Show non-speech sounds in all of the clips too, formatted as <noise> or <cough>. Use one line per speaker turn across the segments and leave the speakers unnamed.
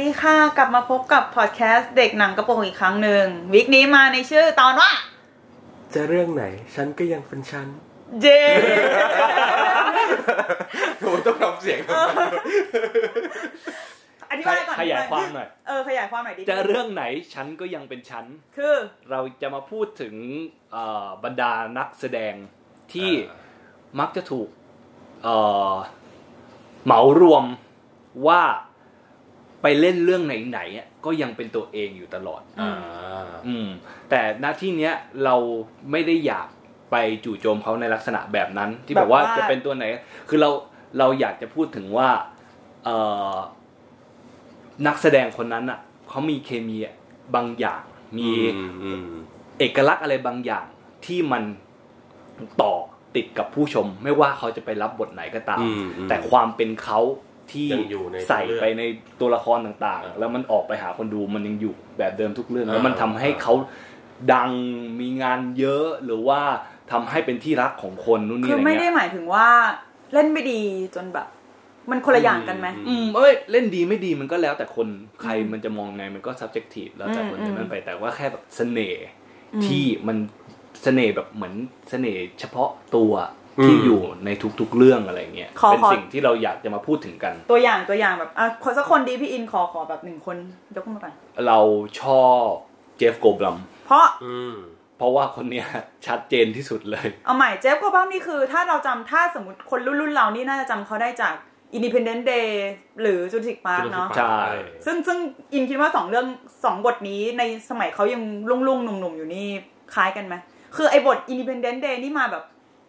ดีค่ะ กลับมาพบกับพอดแคสต์เด็กหนังกระโปรงอีกครั้งหนึ่ง วิกนี้มาในชื่อตอนว่า
จะเรื่องไหน ฉันก็ยังเป็นฉัน
เย้
<laughs> ผมต้องทำเสียงแบบนั้น
อธิบายก่อน
ขยาย
อธิบ
ความหน่อย
เออขยายความหน่อยดิ
จะเรื่องไหนฉันก็ยังเป็นฉัน
คือ
เราจะมาพูดถึงเอ่อบรรดานักแสดงที่
อ่า
มักจะถูกเอ่อเหมารวมว่าไปเล่นเรื่องไหนๆอะก็ยังเป็นตัวเองอยู่ตลอด
อ่า
อืมแต่หน้าที่เนี้ยเราไม่ได้อยากไปจู่โจมเขาในลักษณะแบบนั้น ที่แบบว่า
แบบว่า
จะเป็นตัวไหน คือเราเราอยากจะพูดถึงว่าเอ่อนักแสดงคนนั้นอ่ะเขามีเคมีบางอย่าง มี
อืมอืม
เอกลักษณ์อะไรบางอย่างที่มันต่อติดกับผู้ชม ไม่ว่าเขาจะไปรับบทไหนก็ตาม
อืมอืม
แต่ความเป็นเขาที่
ยังอยู่ใน
ใส่ไปในตัวละครต่าง
อ่า
ๆ แล้วมันออกไปหาคนดูมันยังอยู่แบบเดิมทุกเรื่อง
อ่า
แล้วมันทำให้เขาดังมีงานเยอะหรือว่าทำให้เป็นที่รักของคนนู่นนี่
คือ
อะ
อ
ไร
ไม่ได้
เงี้ย
หมายถึงว่าเล่นไม่ดีจนแบบ มันคนละอย่างกันไหม
อื
อืมเอ้ยเล่นดีไม่ดีมันก็แล้วแต่คนใคร
อืม
มันจะมองไงมันก็ subjective แล้วแต่คน
อืม
จะนั้นไปแต่ว่าแค่แบบเสน่ห์
อืม
ที่มันเสน่ห์แบบเหมือนเสน่ห์เฉพาะตัวที่
อืม
อยู่ในทุกๆเรื่องอะไรเงี้ย
ขอ
เป็น
ขอ
สิ่งที่เราอยากจะมาพูดถึงกัน
ตัวอย่างตัวอย่างแบบอ่ะขอสักคนดีพี่อินขอขอแบบหนึ่งคนยกขึ้นมาก่อน
เราชอบเจฟโกบลัม
เพราะ
อืม
เพราะว่าคนเนี้ย ชัดเจนที่สุดเลย
เอาใหม่เจฟก็บ้างนี่คือ ถ้าเราจำถ้าสมมติคนรุ่นรุ่นๆเรานี่น่าจะจำเขาได้จาก Independent Day หรือ Jurassic Park เนาะ
ใช่
ซึ่งซึ่งอินคิดว่าสองเรื่องสองบทนี้ในสมัยเขายังลุ่งลุ่งๆหนุ่มๆ อยู่นี่คล้ายกันไหมคือไอ้บท Independent Day นี่มาแบบ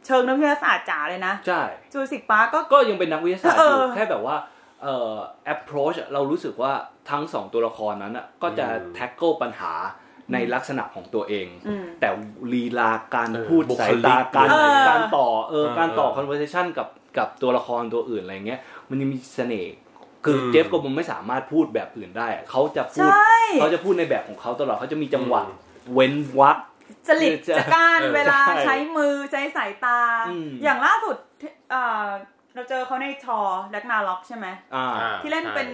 เชิงนักวิทยาศาสตร์จ๋าเลยนะ
ใช่
จูสิกปาร์ก็
ก็ยังเป็นนักวิทยาศาสตร์อยู่
เออ
แค่แบบว่าเอ่อ approach อะเรารู้สึกว่าทั้งสองตัวละครนั้นอะก็จะ tackle ปัญหาในลักษณะของตัวเอง
อืม
แต่ลีลาการ
เออ
พูด
บุค
สาย
ลิก
ตาการ
เออ
การต่อเออ
เออ
การต่อ
เออ
conversation กับกับตัวละครตัวอื่นอะไรเงี้ย มันยังมีเสน่ห์คืออ
ม
เจฟก็มันไม่สามารถพูดแบบอื่นได้อะเขาจะ
ใช
พูด่ เขาจะพูดในแบบของเขาตลอดเขาจะมีจังหวะ
อืม
เว้นวรรค
จริตจะการ
เออ
<laughs> เวลา
ใช่
ใช้มือใช้สายตา
อืม
อย่างล่าสุดที่เอ่อเราเจอเขาในทอดักนาล็อกใช่ไหม
อ่า
อ่า
ที่เล่น
ใช่
เป็น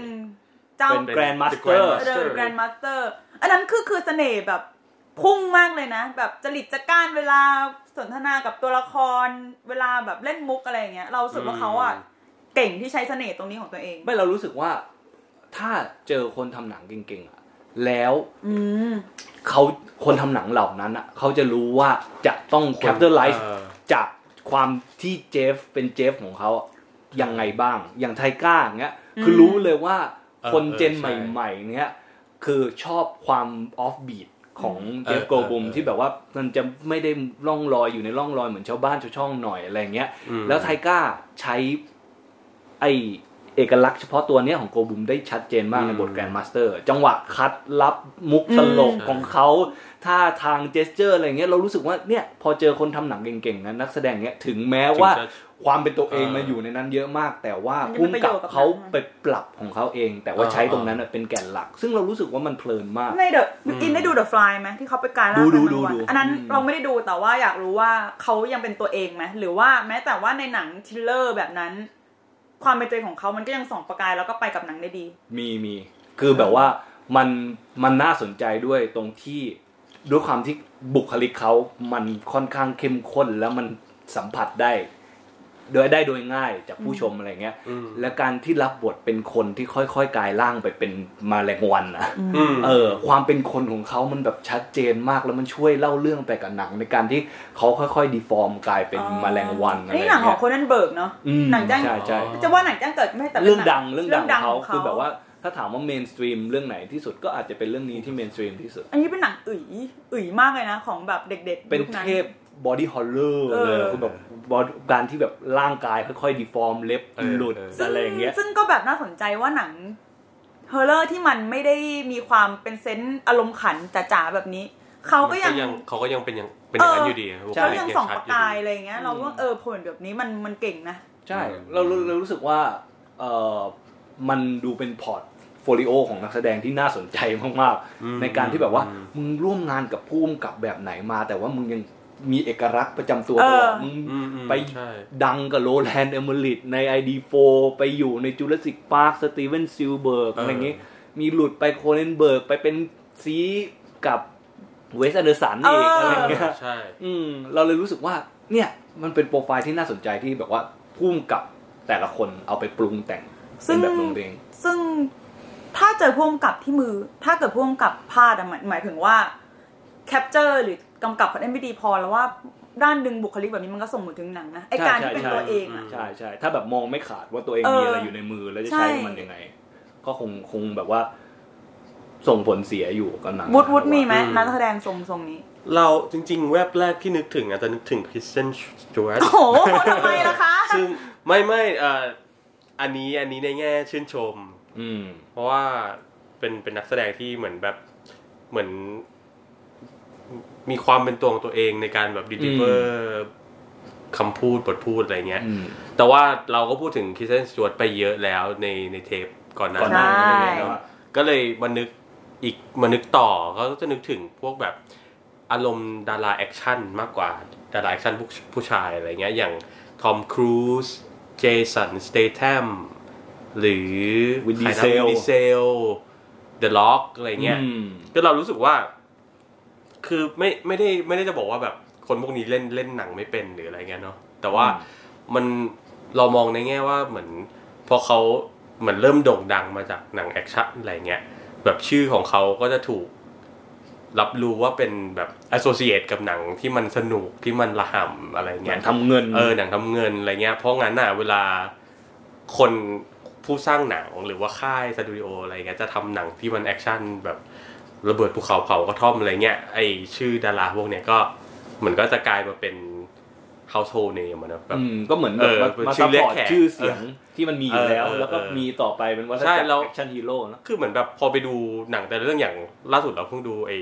เจ้า
เป็น Grandmaster
Grand
เดิน
Master
แกรนด์มาสเตอร์ อันนั้นคือคือเสน่ห์แบบพุ่งมากเลยนะ แบบจริตจักการเวลาสนทนากับตัวละคร เวลาแบบเล่นมุกอะไรอย่างเงี้ย เรารู้สึกว่าเขาอ่ะ เก่งที่ใช้เสน่ห์ตรงนี้ของตัวเอง
ไม่เรารู้สึกว่าถ้าเจอคนทำหนังเก่งๆอะแล้ว
อืม
เขาคนทำหนังเหล่านั้นอะเขาจะรู้ว่าจะต้องแคปเตอร์ไลท์
เออ
จากความที่เจฟเป็นเจฟของเขาอะยังไงบ้าง อย่างไทก้าอย่างเงี้ยคืออ
ม
รู้เลยว่า
เออ
คนเจน
เออ
ใ
ใช่
หม่ๆเนี้ยคือชอบความออฟบีทของเจฟ
เออ
โกลบุม
เออ
ที่แบบว่ามันจะไม่ได้ล่องลอยอยู่ในร่องรอยเหมือนชาวบ้านชาวช่องหน่อยอะไรเงี้ย
อืม
แล้วไทก้าใช้ ไอเอกลักษณ์เฉพาะตัวเนี้ยของโกบุมได้ชัดเจนมากในบท
อืม
แกรนด์มาสเตอร์ จังหวะคัดรับมุกตลก
อืม
ของเขาท่าทางเจสเจอร์อะไรเงี้ยเรารู้สึกว่าเนี่ยพอเจอคนทำหนังเก่งๆนะนักแสดงเนี้ยถึงแม้ว่า
ถึงจะ
ความเป็นตัวเอง
เออ
มาอยู่ในนั้นเยอะมาก แต่ว่า
มันจะ
พุ่ม
เป็นประ
กั
โย
บ
ชน์กับ
เขา
หนัง
ไปปรับของเขาเอง แต่ว่า
เออ
ใช้ตรงนั้นน่ะเป็นแกนหลัก ซึ่งเรารู้สึกว่ามันเพลินมาก
ในเดอะอินได้ดูเดอะฟลายไหมที่เขาไปการล่า
ดูดู
พันธุ์วั
ดู
น
ดู
อันนั้น
อืม
เราไม่ได้ดูแต่ว่าอยากรู้ว่าเขายังเป็นตัวเองไหมหรือว่าแม้แต่ว่าในหนังทริลเลอร์แบบนั้น ความเป็นตัวเองของเขามันก็ยังส่องประกายแล้วก็ไปกับหนังได้ดี
มีมีคือแบบว่ามันมันน่าสนใจด้วยตรงที่ด้วยความที่บุคลิกเขามันค่อนข้างเข้มข้นแล้วมันสัมผัสได้ โดยได้โดยง่ายจากผู้ชมอะไรเงี้ย
อืม
และการที่รับบทเป็นคนที่ค่อยๆกลายร่างไปเป็นมาแรงวันนะ
อืม
เออ ความเป็นคนของเขามันแบบชัดเจนมากแล้วมันช่วยเล่าเรื่องไปกับหนัง ในการที่เขาค่อยๆดีฟอร์มกลายเป็นมาแรงวันอะไร
นี่
เงี้ย
หนังของโคนันเบิร์กเนาะ
อืม
หนังจ้าง
ใช่ใช่
จะว่าหนังแจ้งเกิดไม่แต่ป็น
เรื่อง
หนั
ดังเรื่องดังของเขาคือแบบว่าถ้าถามว่าเมนสตรีมเรื่องไหนที่สุดก็อาจจะเป็นเรื่องนี้ที่เมนสตรีมที่สุด
อันนี้เป็นหนังอึ๋ยอึ๋ยมากเลยนะ ของแบบเด็กๆ
เป็น
ยุค
เทพบอดี้ฮอลเลอร์
เออ
เลยคือแบบบอดการที่แบบร่างกายค่อยๆดีฟอร์มเล็บ
เออ
หลุด
เออ
ซึ่ง
อะไรอย่างเงี้ย
ซึ่งก็แบบน่าสนใจว่าหนังเฮอร์เรอร์ที่มันไม่ได้มีความเป็นเซนส์อารมณ์ขันจ๋าๆแบบนี้ เขาก็ยัง
เขาก็ยังเป็นอย่างเป็นอย่างนั้นอยู่ดี
ใช่
เขา
บุคลิ
ยัง
ก
ส่อง
ชั
ประ
ดยู่ดี
กายอะไรอย่างเงี้ย เราว่า
อืม
เออผลแบบนี้มันมันเก่งนะ
ใช่เราเราเรารู้สึกว่าเออมันดูเป็นพอร์ตโฟลิโอของนักแสดงที่น่าสนใจมาก
อืม
ๆ ในการที่แบบว่า
อืม
มึงร่วมงานกับผู้กำกับแบบไหนมา แต่ว่ามึงยังมีเอกลักษณ์ประจำตัวตลอด
เออ
มึง
อืมอืม
ไป
ใช่
ดังกับโรแลนด์เอเมอริตใน ID4 ไปอยู่ในจูเลสิกพาร์คสตีเวนซิลเบิร์ก
เอออ
อะไรอย่างงี้ มีหลุดไปโคเนนเบิร์ก ไปเป็นซีกับเวสอันเดอร์สันอีก
เอออ
อะไรเงี้ย
ใช่
อืมเราเลยรู้สึกว่า เนี่ยมันเป็นโปรไฟล์ที่น่าสนใจที่แบบว่าพุ่มกับแต่ละคนเอาไปปรุงแต่งเป็นแบบลงเอง
ซึ่งถ้าเจอพ่วงกับที่มือ ถ้าเกิดพ่วงกับพลาดอะหมายหมายถึงว่าแคปเจอร์หรือกำกับเขาได้ไม่ดีพอแล้วว่าด้านดึงบุคลิกแบบนี้มันก็ส่งผลถึงหนังนะไอการที่เป็นตัวเองอะ
ใช่ใช่ถ้าแบบมองไม่ขาดว่าตัวเอง
เออ
มีอะไรอยู่ในมือแล้วจะใช้
ใช่
มันยังไง ก็คงคงแบบว่า ส่งผลเสียอยู่กับหนัง
วุฒวุฒมีไหม
อืม
นักแสดงทรงทรงนี้
เราจริงๆ แวบแรกที่นึกถึงอ่ะจะนึกถึงคริสเตนสจวต
โอ้โหทำไมล่ะคะ
ซึ่งไม่ไม่เอ่ออันนี้อันนี้ในแง่ชื่นชม
อืม
เพราะว่าเป็นเป็นนักแสดงที่เหมือนแบบเหมือน มีความเป็นตัวของตัวเองในการแบบดิลิเวอร์คำพูดบทพูดอะไรเงี้ย
อืม
แต่ว่าเราก็พูดถึงคริสเตนสจวตไปเยอะแล้วในในเทปก่อนหน้า
ก่อนห
นั้
น้าน
ใช่
อะไรเงี้ยเนอะก็เลยมานึกอีกมานึกต่อก็จะนึกถึงพวกแบบอารมณ์ดาราแอคชั่นมากกว่าดาราแอคชั่นผู้ผู้ชายอะไรเงี้ยอย่างทอมครูซเจสันสเตทมหรือ
Vin
ใครนะ
Diesel
Vin Diesel The Rock อะไรเงี้ย
อืม
ก็เรารู้สึกว่า คือไม่ไม่ได้ไม่ได้จะบอกว่าแบบคนพวกนี้เล่นเล่นหนังไม่เป็นหรืออะไรเงี้ยเนาะแต่ว่า
อืม
มันเรามองในแง่ว่าเหมือน พอเขาเหมือนเริ่มโด่งดังมาจากหนังแอคชั่นอะไรเงี้ยแบบชื่อของเขาก็จะถูก รับรู้ว่าเป็นแบบแอสโซเชตกับหนังที่มันสนุกที่มันระห่ำอะไร
ห
เงี้
นั
ย
งทำเงิน
เออหนังทำเงินอะไรเงี้ยเพราะงั้นน่ะเวลาคนผู้สร้างหนังหรือว่าค่ายสตูดิโออะไรเงี้ยจะทำหนังที่มันแอคชั่นแบบระเบิดภูเขาเผากระท่อมอะไรเงี้ยไอชื่อดาราพวกเนี้ยก็เหมือนก็จะกลายมาเป็น household name อะเนอะแบบ
อืมก็เหมือนแบ
เอบ อ
มา
เป็นชื่
มา
อ
ซัพ
เรีย
พ
ก
อร์ต
แขก
ชื่อเสียงที่มันมีอยู่แล้ว
เออเออ
แล้วก็
เออ
มีต่อไปเป็นวัฏ
ใช่
จักร
เรา
แอคชั่นฮีโร่นะ
คือเหมือนแบบพอไปดูหนังแต่ละเรื่องอย่างล่าสุดเราเพิ่งดูไอ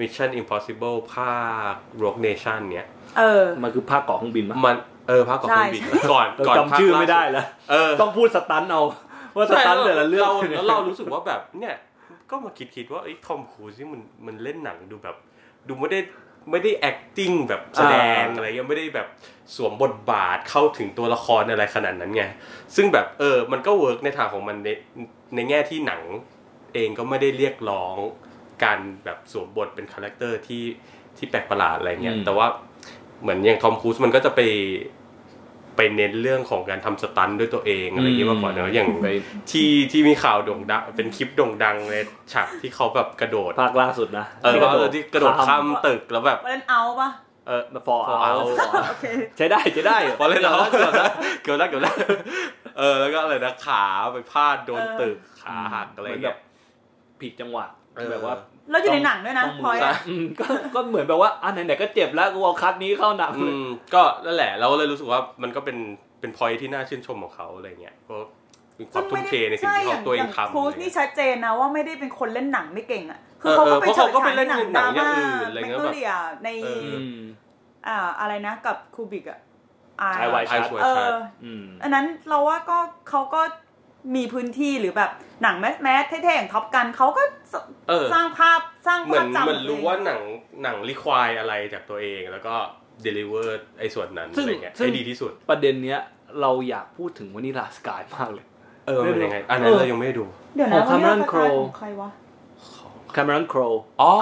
Mission Impossible ภาค Rogue Nation เนี้ย
เออ
มันคือภาคเกาะเครื่องบินมั้ย
มันเออภาคก่อนเครื่องบิน
ใช่
ก่อน
เรา
ก่อนภาค
จำชื่อไม่ได้
ล่าสุ
แล้ว
เออ
ต้องพูดสตันเอา ว่าสตันแต่ละเรื่อง
าแล้วเรารู้สึกว่าแบบเนี่ย ก็มาคิดคิดว่าไอ้ทอมครูซนี่มันมันเล่นหนังดูแบบ ดูไม่ได้ไม่ได้ acting แบบแสดง
อ่า
อะไรเงี้ยไม่ได้แบบสวมบทบาทเข้าถึงตัวละครอะไรขนาดนั้นไง ซึ่งแบบเออมันก็เวิร์กในทางของมันในในแง่ที่หนังเองก็ไม่ได้เรียกร้องการแบบสวมบทเป็นคาแรคเตอร์ที่ที่แปลกประหลาดอะไรเงี้ย
อืม
แต่ว่าเหมือนอย่างทอมครูซมันก็จะไปไปเน้นเรื่องของการทำสตันท์ด้วยตัวเองอะไรเงี้ยมากกว่าเนอะอย่าง
ไป
ที่ที่มีข่าวโด่งดังเป็นคลิปโด่งดังในฉากที่เขาแบบกระโดด
ภาคล่าสุดนะ
เออแล้วก็ที่กระโดดข้ามตึกแล้วแบบ
วันนั้นเอาปะ
เออ
ฟอร์เอา
Out
โอเค
ใช้ได้ใช้ได้
พอเล่นแล้วเกือบแล้วเกือบแล้วเกือบแล้วเออแล้วก็อะไรนะขาไปพาดโดนตึกขาหักอะไรเงี้ย
ผิดจังหวะ
เออ
แบบว่า
แล้วอยู่ในหนังด้วยนะ
ต้องมื
พลอยอะ
อืมก็ก็เหมือนแบบว่าอ่ะไหนๆก็เจ็บแล้วกูเอาคัดนี้เข้าหนัง
อืมก็นั่นแหละเราก็เลยรู้สึกว่ามันก็เป็นเป็นพอยที่น่าชื่นชมของเขาอะไรเงี้ยเพราะมีความทุ่มเทในสิ่งที่เขาตัวเอง
ใช่ย่า
ทำ
ครูซนี่ชัดเจนนะว่าไม่ได้เป็นคนเล่นหนังไม่เก่งอ่ะ คือเขา
เอ
ก็
อ
ไป
เพราะ
เฉาย
เขาก็ไป
ฉาย
เล่น
หนัง
ห
ด
นั
ราง
อย่าง
ม่า
อื่นอะไร
แมค
เงี้ย
โน
แบบ
เลียใน
เอ
อืม
อ่าอะไรนะกับคูบิกอ่ะอ่า
ไอไวท์
ไอ้สวย
เอ
ชัด
อ
อืม
อันนั้นเราว่าก็เขาก็มีพื้นที่หรือแบบหนังแมสแมสเท่ๆอย่างท็อปกันเขาก็ส
เออ
สร้างภาพสร้าง
เหมื
ภา
อ
พ
น
จำ
เหมือนรู้
เลย
ว่าหนังหนังรีควายอะไรจากตัวเองแล้วก็ deliver ไอ้ส่วนนั้น
ซึ่ง
อะไรเงี้ย
ซึ่ง
ให้ดีที่สุด
ประเด็นเนี้ยเราอยากพูดถึงวานิลาสกายมากเลย
เออมันเป็นยังไง อันนั้
เอน อ
เรายังไม่ได้ดู
เดี๋ยว
ข
นะ
อง Cameron
วันนี้เาจะ
Crowe
ของใครวะ
แคม e รอนโคร
อ๋อ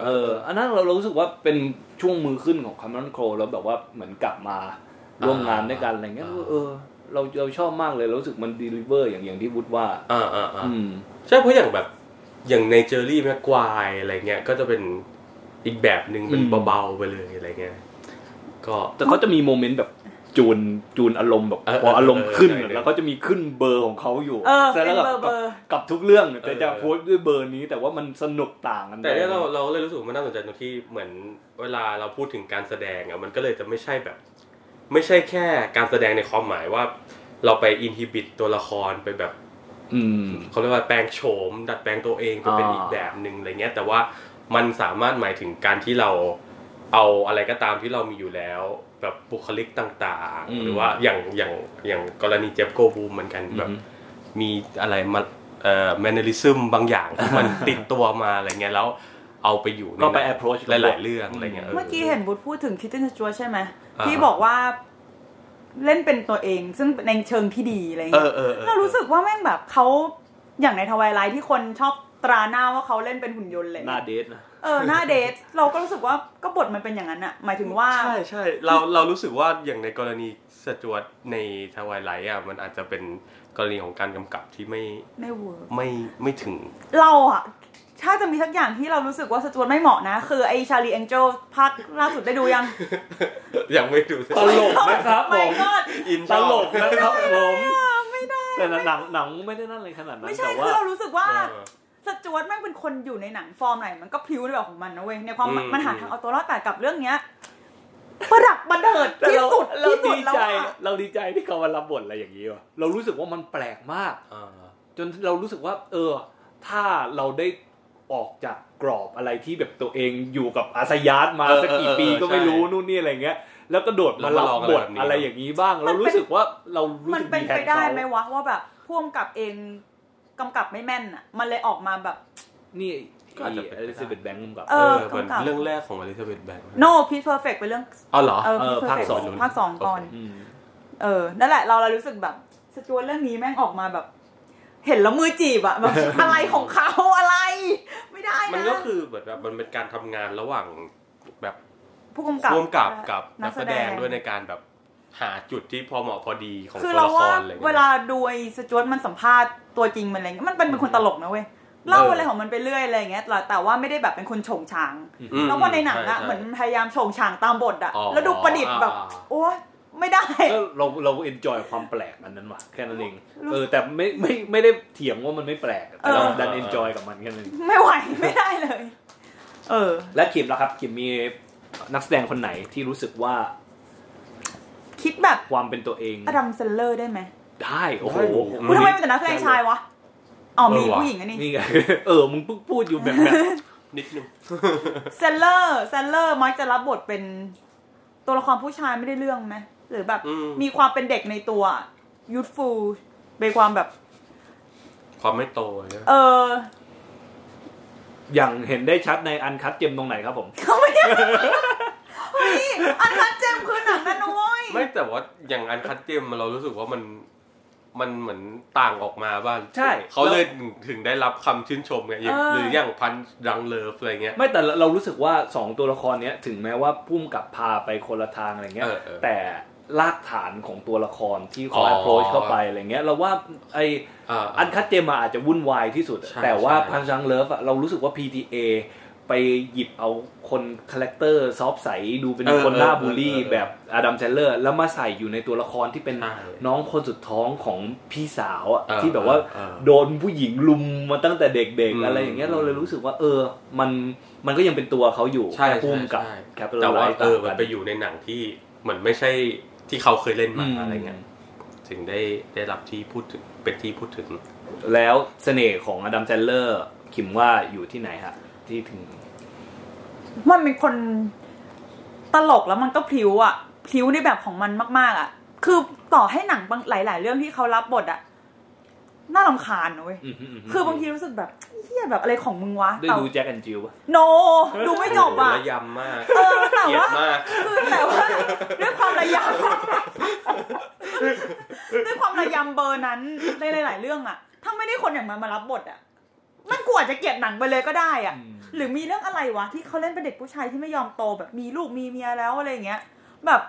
เออ อันนั้นเราเรารู้สึกว่าเป็นช่วงมือขึ้นของแคม e รอนโครแล้วแบบว่าเหมือนกลับมาร่วมงานด้วยกันอะไรเงี้ยเออ เราเราชอบมากเลยเรารู้สึกมันดีลิเวอร์อย่างอย่างที่วุฒว่า
อ่าอ่าอ่า
อืม
ใช่เพราะอย่างแบบอย่างในเจอรี่แม็กควายอะไรเงี้ยก็จะเป็นอีกแบบหนึ่งเป็น
อืม
เบาๆไปเลยอะไรเงี้ยก็
แต่เขาจะมีโมเมนต์แบบจูนจูนอารมณ์แบบ
เออ
พออารมณ์ขึ้น
เออเออเออ
แล้วเขาจะมีขึ้นเบอร์ของเขาอยู่
เออ
แต่แล้ว
เป็เบ
กัน
อร์เบอร์
กับกับทุกเรื่องแต่
เออ
จะโพสต์ด้วยเบอร์นี้แต่ว่ามันสนุกต่างกันไป
แต่เนี่ยเราเราเลยรู้สึกว่ามันน่าสนใจตรงที่เหมือนเวลาเราพูดถึงการแสดงอ่ะมันก็เลยจะไม่ใช่แบบ ไม่ใช่แค่การแสดงในความหมายว่า เราไปอินฮิบิตตัวละครไปแบบ
อืม
เขาเรียกว่าแปลงโฉม ดัดแปลงตัวเองไปเป็น
อ่า
อีกแบบหนึ่งอะไรเงี้ย แต่ว่ามันสามารถหมายถึงการที่เราเอาอะไรก็ตามที่เรามีอยู่แล้ว แบบบุคลิกต่าง
อืม
ๆ หรือว่าอย่างอย่างอย่างกรณีเจฟโกบูมเหมือนกันแบบมีอะไรมาเอ่อแมนเนลิซึมบางอย่างที่มัน ติดตัวมาอะไรเงี้ยแล้วเอาไปอยู่ใน
ก็ไป approach กับ
หลาย ๆ เรื่องอะไรเงี้ย
เมื่อกี้เห็นบุตพูดถึงคิตเตนสจวใช่ไหม
อ่า
ที่บอกว่าเล่นเป็นตัวเองซึ่งในเชิงที่ดีอะไร
เอ
เงี้
อย เออออ
เรารู้สึกว่าแม่งแบบเขา อย่างในทวายไลท์ที่คนชอบตราหน้าว่าเขาเล่นเป็นหุ่นยนต์เลย
หน้าเดทนะ
เออหน้าเดทเราก็รู้สึกว่าก็บทมันเป็นอย่างนั้นอะหมายถึงว่า
ใช่ใช่เราเรารู้สึกว่าอย่างในกรณีสจวตในทวายไลท์อ่ะมันอาจจะเป็นกรณีของการกำกับที่ไม่
ไม่เวิร์ก
ไม่ไม่ถึง
เราอะถ้าจะมีสักอย่างที่เรารู้สึกว่าสจวตไม่เหมาะนะ คือไอ้ชาลีแองเจลภาคล่าสุดได้ดูยัง
ยังไม่ดู
ตลกนะครับผ
ไม่
ม
ก็
อิน
ต
ชอบ
ลกนะครับผม
ไม่ได้
แต่หนังหนังไม่ได้นั่นเลยขนาดนั้น
ไม่ใช่
แต่
คื
ว่า
อเรารู้สึกว่า
เออ
สจวตแม่งเป็นคนอยู่ในหนังฟอร์มไหนมันก็พลิ้วในแบบของมันนะเว้ยในความ
อืม
มันหาทางเอาตัวรอดแต่กับเรื่องเนี้ย ประดักบันเดิดที่สุด
เรา
ที่สุ
ดี
ดแล้ว
ใจ
อะ
เราดีใจที่เขามารับบทอะไรอย่างนี้ว่ะเรารู้สึกว่ามันแปลกมาก
เออ
จนเรารู้สึกว่า เออ ถ้าเราได้ออกจากกรอบอะไรที่แบบตัวเองอยู่กับอาสยามมา
เออ
สักกี่ปี
เออเออ
ก็ไม่
ใช่
รู้นู่นนี่อะไรเงี้ย แล้วก็โดดมา
เราก็ล
รับ
อง
บท
อะไรแบบนี้
อะไรอย่างนี้บ้าง เรารู้สึกว่าเรารู้
มัน
สึก
เป็น
ดีแท
ไป
น
ได้
เขา
ไหมวะว่าแบบพ่วงกับเองกำกับไม่แม่นอ่ะ มันเลยออกมาแบบ
นี่
ก็อาจจะเป็นไป
เอ
ได้
ลิซาเบธแบงก์กับ
เออ
เหมือนเรื่องแรกของอลิซาเบธแบงค์
no pitch perfect เป็นเรื่อง
อ๋อเหรอ
เออ
เออ
Pitch
ภาค
Perfect
สอง
ภาคสองก่อน
อืม
เออนั่นแหละเราเรารู้สึกแบบสจวตเรื่องนี้แม่งออกมาแบบ เห็นแล้วมือจีบอะแบบ อะไรของเขาอะไร ไม่ได้นะ
มันก็คือเหมือนแบบมันเป็นการทำงานระหว่างแบบ
ผู้กำกับ
ร่วมกับกับนักแสดงด้วยในการแบบหาจุดที่พอเหมาะพอดีของ
คือ
ตัว
เรา
ละค
ว่าร
อะไรอ
เว
ย่างเงี้ย
ลาดูไอ้สจวตมันสัมภาษณ์ตัวจริงมันอะไรเงี้ยมันเป็นเป็นคนตลกนะเว้ยเล่า
เอออ
อะไรของมันไปเรื่อยอะไรอย่างเงี้ยแต่แต่ว่าไม่ได้แบบเป็นคนโฉงฉาง
อืม
แล้วว่าในหนังอะ
ช่
เหมือนพยายามโฉงฉางตามบทอะ
อ๋อ
แล้วดูประดิษฐ์แบบ
อ่าอ่า
โอ้ไม่ได้ <laughs>
ก็เราเราเอนจอยความแปลกอันนั้นว่ะแค่นั้นเอง
รู้สึก
เออแต่ไม่ไม่ไม่ได้เถียงว่ามันไม่แปลกแต่เราดันเอนจอยกับมันแค่นั้นเอง
ไม่ไหวไม่ได้เลย เออ
และคิมล่ะครับคิมมีนักแสดงคนไหนที่รู้สึกว่า
คิดแบบ
ความเป็นตัวเอง
อดัมเซนเลอร์ได้ไหม
ได้โอ้โห
อืม
อุ๊ยทำไมเป็นแต่นักแสดงชายวะอ๋อมี
เออว่ะ
ผู้หญิงอันนี้
นี่ไง <laughs> เออมึงเพิ่งพูดอยู่แบบนั้น
นิดนึง
เซนเลอร์เซนเลอร์มักจะรับบทเป็นตัวละครผู้ชายไม่ได้เรื่องไหมหรือแบบ
อืม
มีความเป็นเด็กในตัวยูทฟูเป็นความแบบ
ความไม่โตใช่ไหม
เออ <laughs>
อย่างเห็นได้ชัดในอันคัดเจมตรงไหนครับผม
เขาไม่ได้ <laughs> เฮ้ยอันคัดเจมส์คือหนังนั่นนะเว้ย
ไม่แต่ว่าอย่างอันคัดเจมเรารู้สึกว่ามันมันเหมือนต่างออกมาบ้าง
ใช่
เขาเลยถึงได้รับคำชื่นชมไงอย่างหรืออย่างพันดังเลิฟอะไรเงี้ย
ไม่แต่เราเรารู้สึกว่าสองตัวละครเนี้ยถึงแม้ว่าพุ่มกับพาไปคนละทางอะไรเงี้ย
เออเออ
แต่รากฐานของตัวละครที่ค
อ๋
อย
อ
approach เข้าไปอะไรเงี้ยเราว่าไอ
อ่า
อันคัดเจมมาอาจจะวุ่นวายที่สุด
ใช่
แต่ว่า
ใช่
พันชังเลิฟอะเรารู้สึกว่า PTA ไปหยิบเอาคนคาแรคเตอร์ซอฟต์ใสดูเป็นคนหน้าบูลลี่แบบอดัมแซนเลอร์ แล้วมาใส่อยู่ในตัวละครที่เป็น
ใช่
น้องคนสุดท้องของพี่สาวอะ
เออ
ที่แบบว่า
เออเออ
โดนผู้หญิงลุมมาตั้งแต่เด็ก
อื
ๆ
ม
อะไรอย่างเงี้ยเราเลยรู้สึกว่าเออ มันมันก็ยังเป็นตัวเขาอยู่
ใช่
แค่พุ่มกับ
ใช่ใช่
แคปเตอร์
แต่
ไล
ว่า
ท์
เออมันไปอยู่ในหนังที่เหมือนไม่ใช่ที่เขาเคยเล่นมาอะไรเงี้ย ถึงได้ได้รับที่พูดถึงเป็นที่พูดถึง
แล้วเสน่ห์ของอดัมแซนเลอร์คิมว่าอยู่ที่ไหนฮะที่ถึง
มันเป็นคนตลกแล้วมันก็พลิ้วอะพลิ้วในแบบของมันมาก ๆอะคือต่อให้หนังบางหลาย ๆ เรื่องที่เขารับบทอะน่ารำคาญนะเว้ยคือบางทีรู้สึกแบบเฮียแบบอะไรของมึงวะ
ได้
แต่
ดูแจ็คแอนจิลปะ
โนดูไม่จบอะ
ระยำมาก
เออแต่
เกลีย
ว่า
ดมาก
คือแต่ว่าด้วยความระยำ <laughs> ด้วยความระยำเบอร์นั้นในหลาย ๆ เรื่องอะถ้าไม่ได้คนอย่างมันมารับบทอะมันกว่าจจะเกลียดหนังไปเลยก็ได้อะหรือมีเรื่องอะไรวะที่เขาเล่นเป็นเด็กผู้ชายที่ไม่ยอมโตแบบมีลูกมีเมียแล้วอะไรอย่างเงี้ย แบบ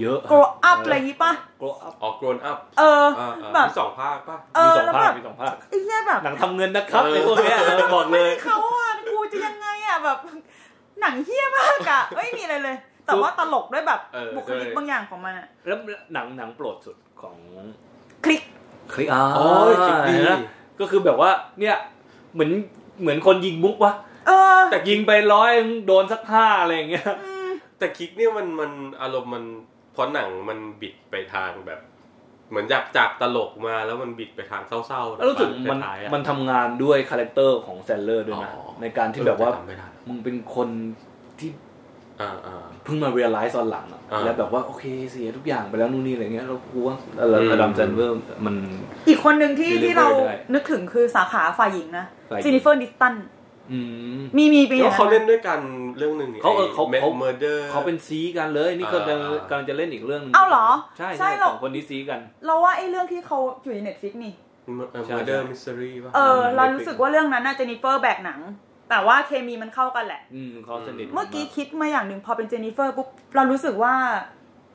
เยอะ
โกรอัพอะไรอย่างงี้ปะ
โกรอัพ
ออก grown up
เออ
อ่าอ่า
แบบ
มีสองภาคป่ะ
เอ
มี
อ
สอง
แล้ว
ภา
แบ
ค
บ
มีสองภาค
ไอ้เหี้ยแบบ
หนังทำเงินนะครับ
เออ
ไอ้พวกเนี้ยเออบอกเลย
เขาอะกูจะยังไงอะแบบ หนังเฮี้ยมากอะไม่มีอะไรเลย แต่ว่าตลกด้วยแบบ
เออ
บุคลิกบางอย่างของมันอะ
แล้วหนังหนังโปรดสุดของ
คลิก
คลิกอ๋อ
โอ้ยจริงดี
เห็นปะก็คือแบบว่าเนี่ยเหมือนเหมือนคนยิงมุกวะ
เออ
แต่ยิงไปร้อยโดนสักห้าอะไรอย่างเงี้ย
แต่คิกเนี่ยมันมันอารมณ์มันเพราะหนังมันบิดไปทางแบบ เหมือนจากจากตลกมาแล้วมันบิดไปทางเศร้าๆ
แล้วรู้สึกมัน
ท้ายๆอะ
มันทำงานด้วยคาแรคเตอร์ของแซนเลอร์ด้วยนะ
อ๋อ
ในการที่แบบว่า
เออต่ทำไม่ได้
มึงเป็นคนที่
อ่าอ่า
เพิ่งมาเรียลไลซ์ตอนหลังอะ
อ่า
แล้วแบบว่าโอเคเสียทุกอย่างไปแล้วนู่นนี่อะไรเงี้ยเรากูว่าเอออ
ม
ดัมแซนเวอร์มัน
อีกคนหนึ่งที่
Deliver
ที่เรา
ได้
นึกถึงคือสาขาฝ่ายหญิงนะ
ฝ่ายหญิง
จินิเฟอร์ดิสตัน
อืม
มีมีปี
แล้
นั้
วน เขาเล่นด้วยกันเรื่องหนึ่งนี่
เขาเออเขา
ไ Mad
เขา
Murder
เขาเป็นซีกันเลยนี่ก็
อ่า
กำลังจะเล่นอีกเรื่องนึง
เอ้าเหรอ
ใช่
ใช่
ใช่
เรา
สองคนนี้ซีกัน
เราว่าไอ้เรื่องที่เขาอยู่ในเน็ตฟิกนี่
ใช่
Murder Mystery ป่ะ
เออ เรารู้สึกว่าเรื่องนั้นน่าเจนิเฟอร์แบกหนัง แต่ว่าเคมีมันเข้ากันแหละ
อืมเขาสนิท
เมื่อกี้คิดมาอย่างหนึ่งพอเป็นเจนิเฟอร์ปุ๊บเรารู้สึกว่า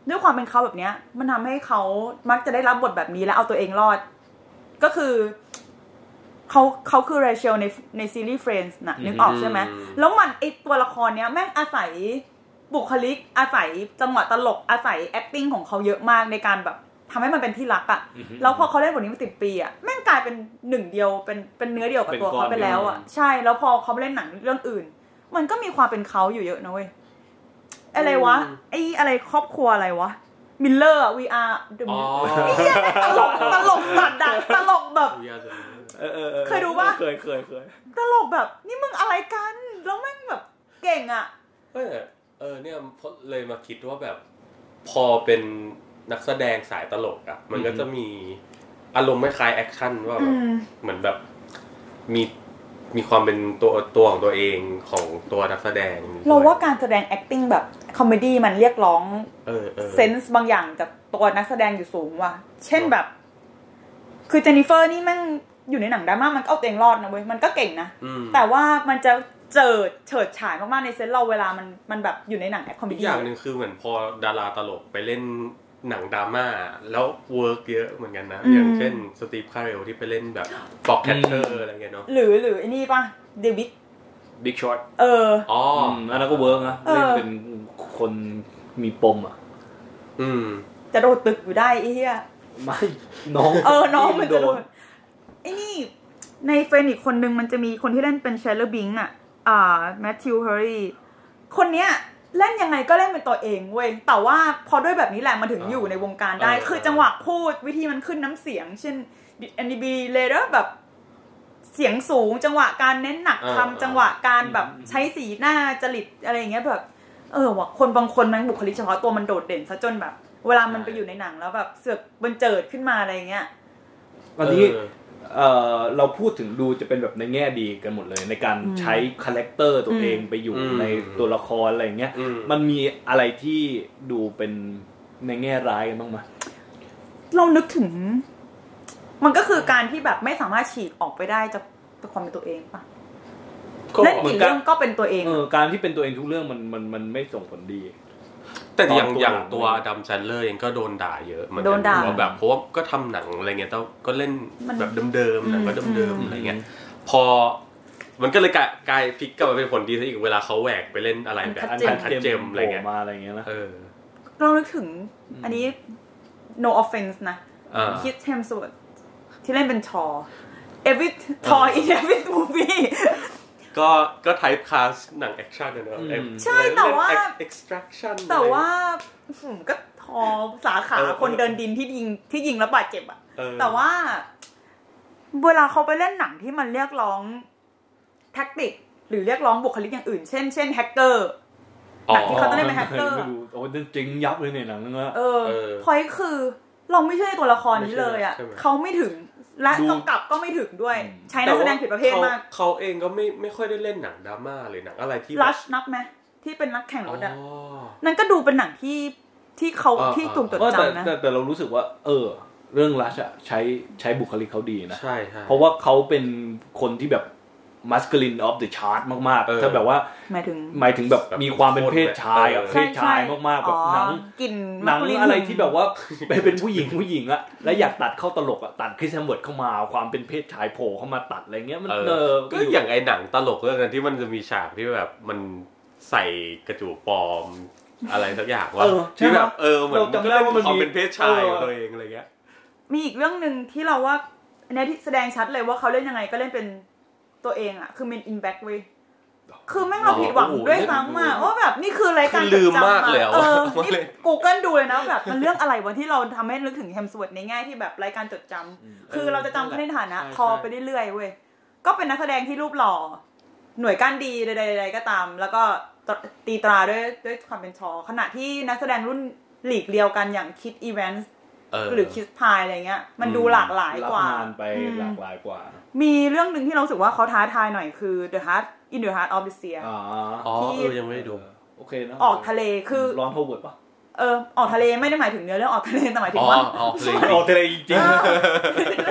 ด้วยความเป็นเขาแบบเนี้ย มันทำให้เขามักจะได้รับบทแบบนี้แล้วเอาตัวเองรอด ก็คือเขาเขาคือเรเชลในในซีรีส์ Friends นะนึกออกใช่ไหม
อืม
แล้วมันไอตัวละครเนี้ยแม่งอาศัยบุคลิก อาศัยจังหวะตลกอาศัย acting ของเขาเยอะมากในการแบบทำให้มันเป็นที่รักอะแล้วพอเขาเล่นบทนี้มาติดปีอะแม่งกลายเป็นหนึ่งเดียวเป็นเป็นเนื้อเดียวกับตัวเขาไปแล้วอะ ใช่แล้วพอเขาไปเล่นหนังเรื่องอื่น มันก็มีความเป็นเขาอยู่เยอะนะเว้ย อะไรวะ
อืม
ไอ้อะไรครอบครัวอะไรวะมิลเลอร์ VR เดอะ
อ๋อ
มิลตลกตลกสัตว์อะตลกแบบ
We are the
เออออออ
เคยดูปะ
เคยเคยเคย
ตลกแบบ นี่มึงอะไรกัน แล้วแม่งแบบเก่งอะ
เออเออเนี่ยเลยมาคิดว่าแบบพอเป็นนักแสดงสายตลกอ่ะ มันก็จะมีอารมณ์ไม่คล้ายแอคชั่นว่าแบ
อื
บ
ม
เหมือนแบบมีมีความเป็นตัวตัวของตัวเองของตัวนักแสดง
เราว่าการแสดง acting แบบคอมเมดี้มันเรียกร้อง
เออเออ
เซนส์บางอย่างจากตัวนักแสดงอยู่สูงว่ะ เช่นแบบ คือเจนนิเฟอร์นี่แม่งอยู่ในหนังดราม่ามันก็เอาตัวเองรอดนะเว้ย มันก็เก่งนะ
อืม
แต่ว่ามันจะเจิดเฉิดฉายมากๆในเซนส์เราเวลามันมันแบบอยู่ในหนังแอคคอมเม
อีก
ดี้
อย่างหนึ่งคือเหมือนพอดาราตลกไปเล่นหนังดราม่าแล้วเวิร์กเยอะเหมือนกันนะ อย่างเช่นสตีฟคาเรลที่ไปเล่นแบบฟอกแคทเตอร์อะไรเงี้ยเนาะ
หรือหรือไอ้นี่ปะเดวิด
บิ๊กช็อต
เออ
อ๋อ
อั
อน
นั้นก็เวิร์กนะ
เออ
เล่นเป็นคนมีปมอ่ะ
อืม
จะโดดตึกอยู่ได้ไอ้เหี้ย
ไม่น้อง
เออ น้องมันจะ
โด
โด
น
ดไอ้นี่ในเฟนิกคนนึงมันจะมีคนที่เล่นเป็นเชลเลอร์บิงอะอ่าแมทธิวเฮอรี่คนเนี้ยเล่นยังไงก็เล่นเป็นตัวเองเว้ยแต่ว่าพอด้วยแบบนี้แหละมันถึง
อ่า
อยู่ในวงการได้
เออ
คือจังหวะพูดวิธีมันขึ้นน้ำเสียง เช่นแอนดีบีเลเดอร์แบบเสียงสูง จังหวะการเน้นหนักคำจังหวะ การแบบใช้สีหน้าจริตอะไรอย่างเงี้ยแบบ เออว่ะคนบางคนแมันบุคลิกเฉพาะตัวมันโดดเด่นซะจนแบบ เวลามันไปอยู่ในหนังแล้วแบบเสือกบันเจิดขึ้นมาอะไรอย่างเงี้ย
อันนี้
เออ
เออเราพูดถึงดูจะเป็นแบบในแง่ดีกันหมดเลยในการ
อืม
ใช้คาแรคเตอร์ตัวเองไปอยู่
อืม
ในตัวละครอะไรอย่างเงี้ย
อืม
มันมีอะไรที่ดูเป็นในแง่ร้ายกันบ้างไหม
เรานึกถึง มันก็คือการที่แบบไม่สามารถฉีกออกไปได้จากจากความเป็นตัวเองปะเล่น
เหมื
กี่
อนกั
เรื่อ
น
งก็เป็นตัวเอง
เออการที่เป็นตัวเองทุกเรื่องมันมันมันไม่ส่งผลดี
แต่อย่าง
ตอนตัว
อย่างตัว
หนัง
ดัมแซนเลอร์เองก็โดนด่าเยอะเหมือน
โด
กัน
ด่า
นว่าแบบเพราะว่าก็ทำหนังอะไรเงี้ยแต่ก็เล่น
มัน
แบบเดิมๆหนังก็เดิม
อืม
ๆอะไรเงี้ยพอมันก็เลยกลายกลายพลิกกลับมาเป็นผลดีซะอีกเวลาเขาแหวกไปเล่นอะไรแบบ
อั
อั
น
น
เจม
คัดเจมอะไรเงี้ย
โผล่มาอะไรอย่างเงี้ยนะ
เออ
เรานึกถึง อันนี้ no offense นะ
อ่า
คิดเทมสวดที่เล่นเป็นชอ every ทอ in every movie
ก็ก็ไทป์คาสหนังแอคชั่นอะเนอะ
อืม
เอ็ม
ใช่แต่ว่า
เล่น Ex- extraction
แต่ว่า
อะไร
อื้อหือก็ทอสาขา
เออ
คนเดินดินที่ยิงที่ยิงแล้วบาดเจ็บอะ
เออ
แต่ว่า เวลาเขาไปเล่นหนังที่มันเรียกร้องแท็กติก หรือเรียกร้องบุคลิกอย่างอื่น เช่น เช่นแฮกเกอร์
อ๋
ห
อ
นังที่เขาต้องเล่น ป็แฮกเกอร์
ไม่โอ้ยจริงยับเลยเนี่ยหนังเรื่องนั้นอะ
เออ
เออ
พอยคือเราไม่เชื่อในตัวละครนี้เลยอ่ะ
ไม่เชื่อใช่ไหม
เขาไม่ถึงและ
ดู
กำกับก็ไม่ถึงด้วย
อืม
ใช้นักแสดงผิดประเภทมาก
เขเขาเองก็ไม่ไม่ค่อยได้เล่นหนังดราม่าเลยหนังอะไรที่แบบ
ลัชนับไหมที่เป็นนักแข่งร
อ๋อ
ถอ่ะนั่นก็ดูเป็นหนังที่ที่เขา
อ่า
ที่ถูกจด
เออแต่
จำนะ
แต่แต่เรารู้สึกว่า เออ เรื่องรัชอะใช้ใช้บุคลิกเขาดีนะ
ใช่ใช่
เพราะว่าเขาเป็นคนที่แบบมัส c u l i n e of the chart มาก
เออ
ๆ ถ้าแบบว่า
หมายถึง
หมายถึงแบบมีความเป็นเพศชายอะ
เออ
เพศชายมากๆ แบบหนัง
กลิ่น
หนัง
มักลิ
อะไรที่แบบว่า <laughs> ไปเป็นผู้หญิงผู้หญิงอะและอยากตัดเข้าตลกอะตัดคริสแฮมเวิร์ดเข้ามาเอาความเป็นเพศชายโผล่เข้ามาตัดอะไรเงี้ยมัน
เอ
เอ
อ
อ
ก็อย่างไอหนังตลกเรื่องนั้นที่มันจะมีฉากที่แบบมันใส่กระจูปลอมอะไรสักอย่างว่า
เออใช่
ที่
ไหม
แบบเออเหมือน
เราจำได้ว่ามันมี
ควเป็นเพศชายของตัวเองอะไรเงี้ย
มีอีกเรื่องหนึ่งที่เราว่าอันเนี้ยที่แสดงชัดเลยว่าเขาเล่นยังไงก็เล่นเป็นตัวเองอ่ะ คือ Men in Black เว้ยคือแม่งเราผิดหวัง
อ๋อโอ้โห
ด้วยซ้ำอ่ะ
ไม่รู้
ว่าแบบนี่คือรายการ
คือลืมมากเลยอะ
จดจำอะเออ
ว่า
นี่
เลย
กูเกิลดูเลยนะแบบ มันเรื่องอะไรวะที่เราทำให้นึกถึงแฮมสวดในแง่ที่แบบรายการจดจำคือเราจะจำเขาในฐานะ คอไปเรื่อยๆเว้ยก็เป็นนักแสดงที่รูปหล่อ หน่วยก้านดีใดๆก็ตาม แล้วก็ตีตราด้วยด้วยความเป็นชอขณะที่นักแสดงรุ่นหลีกเดียวกันอย่างคิดอีแวนส์
เออ
หรือคิสพายอะไรเงี้ย มัน
อืม
ดูหลากหลาย
รับ
กว่าง
านไป
อืม
หลากหลายกว่า
มีเรื่องหนึ่งที่เรารู้สึกว่าเขาท้าทายหน่อยคือ The Heart in the Heart of the Sea
อ๋อ
อ๋อเออยังไม่ได้ดู
โอเคนะ
ออกทะเลคือ
ร้อนโฮเวิร์ดปะ
เอ เออออกทะเลไม่ได้หมายถึงเนื้อเรื่องออกทะเลแต่หมายถึ
อ๋
ง
อ
ว่า
ออกเลย
ออกทะเลจริง